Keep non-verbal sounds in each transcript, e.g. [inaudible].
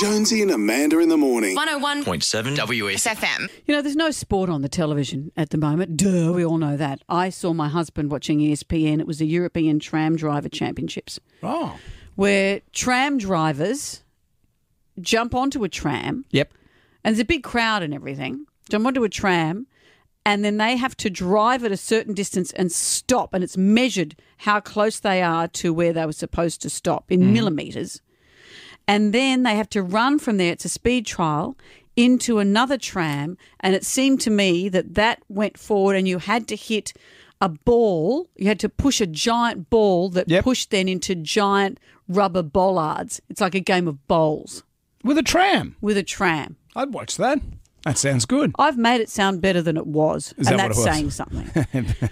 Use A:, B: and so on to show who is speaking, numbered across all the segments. A: Jonesy and Amanda in the morning.
B: 101
C: 101.7 WS.
B: SFM.
D: You know, there's no sport on the television at the moment. Duh, we all know that. I saw my husband watching E ESPN. It was the European Tram Driver Championships,
E: Oh.
D: where tram drivers jump onto a tram,
E: Yep.
D: and there's a big crowd and everything, jump onto a tram, and then they have to drive at a certain distance and stop, and it's measured how close they are to where they were supposed to stop
E: Mm.
D: in millimeters. And then they have to run from there, it's a speed trial, into another tram. And it seemed to me that that went forward, and you had to hit a ball, you had to push a giant ball that
E: Yep.
D: pushed then into giant rubber bollards. It's like a game of bowls
E: With a tram.
D: with a tram.
E: I'd watch that. That sounds good.
D: I've made it sound better than it was,
E: Is
D: and
E: that what
D: that's
E: it was?
D: saying something.
E: [laughs]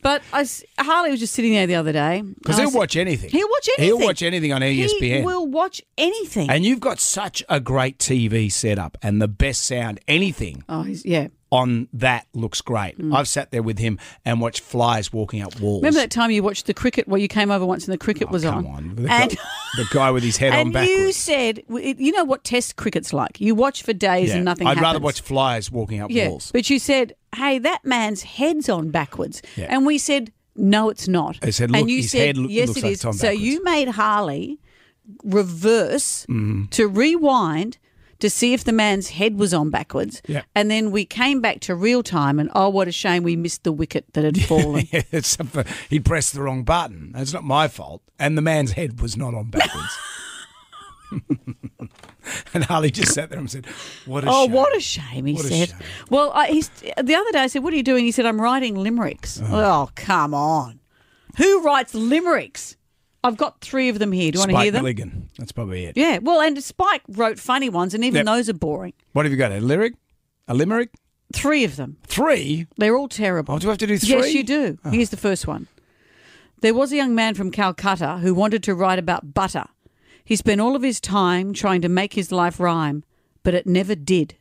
D: but I s Harley was just sitting there the other day and
E: Because
D: I
E: he'll
D: said-
E: watch anything.
D: He'll watch anything.
E: He'll watch anything on E
D: He
E: ESPN.
D: will watch anything.
E: And you've got such a great TV setup and the best sound. Anything
D: oh, he's, yeah.
E: on that looks great. I've sat there with him and watched flies walking up walls.
D: Mm. Remember that time you watched the cricket? Well, you came over once and the cricket was
E: Oh, Come
D: on.
E: on. The,
D: And,
E: guy, the guy with
D: [laughs]
E: his head on
D: and you
E: backwards.
D: said, you know what Test cricket's like? You watch for days
E: Yeah.
D: and nothing
E: I'd rather
D: happens.
E: watch flies walking up
D: yeah,
E: walls.
D: But you said, hey, that man's head's on backwards.
E: Yeah.
D: And we said, no, it's not.
E: I said,
D: and
E: "Look,
D: you
E: his
D: said,
E: head loo-
D: yes,
E: looks
D: it
E: like
D: is."
E: it's on
D: So you made Harley reverse
E: Mm-hmm.
D: to rewind to see if the man's head was on backwards.
E: Yeah.
D: And then we came back to real time and, oh, what a shame we missed the wicket that
E: [laughs]
D: had fallen.
E: It's for, he pressed the wrong button. It's not my fault. And the man's head was not on backwards. [laughs] and Harley just sat there and said, "What a
D: Oh,
E: shame.
D: what a shame, he
E: What a
D: said.
E: shame.
D: Well, I, he's, the other day I said, What are you doing? He said, I'm writing limericks. Oh, come on. Who writes limericks? I've got three of them here. Do you want to
E: Spike
D: hear them?
E: Milligan. That's probably it.
D: Yeah. Well, and Spike wrote funny ones, and even
E: Yep.
D: those are boring.
E: What have you got? A lyric? A limerick?
D: Three of them.
E: Three?
D: They're all terrible.
E: Oh, do I have to do three? Oh.
D: Yes, you do. Here's the first one. There was a young man from Calcutta who wanted to write about butter. He spent all of his time trying to make his life rhyme, but it never did.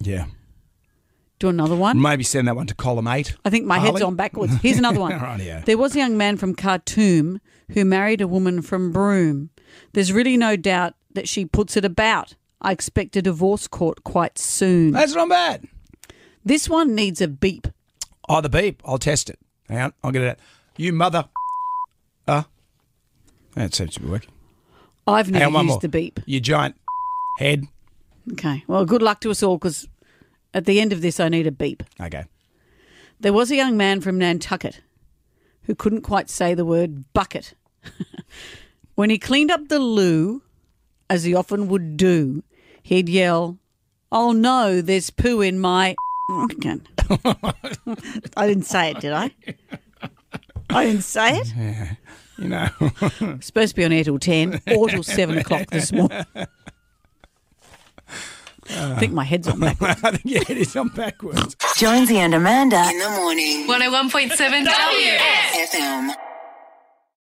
E: Yeah.
D: Do another one.
E: Maybe send that one to column eight.
D: I think my head's
E: Harley?
D: on backwards. Here's another
E: [laughs]
D: one.
E: Rightio.
D: There was a young man from Khartoum who married a woman from Broome. There's really no doubt that she puts it about. I expect a divorce court quite soon.
E: That's not bad.
D: This one needs a beep.
E: Oh, the beep. I'll test it. Hang on. I'll get it out. You mother. Uh. That seems to be working.
D: I've
E: Hang
D: never
E: on, one
D: used
E: more.
D: the beep.
E: You giant head.
D: Okay. Well, good luck to us all because at the end of this, I need a beep.
E: Okay.
D: There was a young man from Nantucket who couldn't quite say the word bucket. [laughs] when he cleaned up the loo, as he often would do, he'd yell, Oh no, there's poo in my. [laughs] Again. I didn't say it, did I? I didn't say it.
E: You know. [laughs]
D: It's supposed to be on air till 10 or till 7 o'clock this morning. I think my head's on back.
E: I think your head is on backwards.
F: Jonesy and Amanda.
G: In the morning.
B: 101.7 W.
G: FM.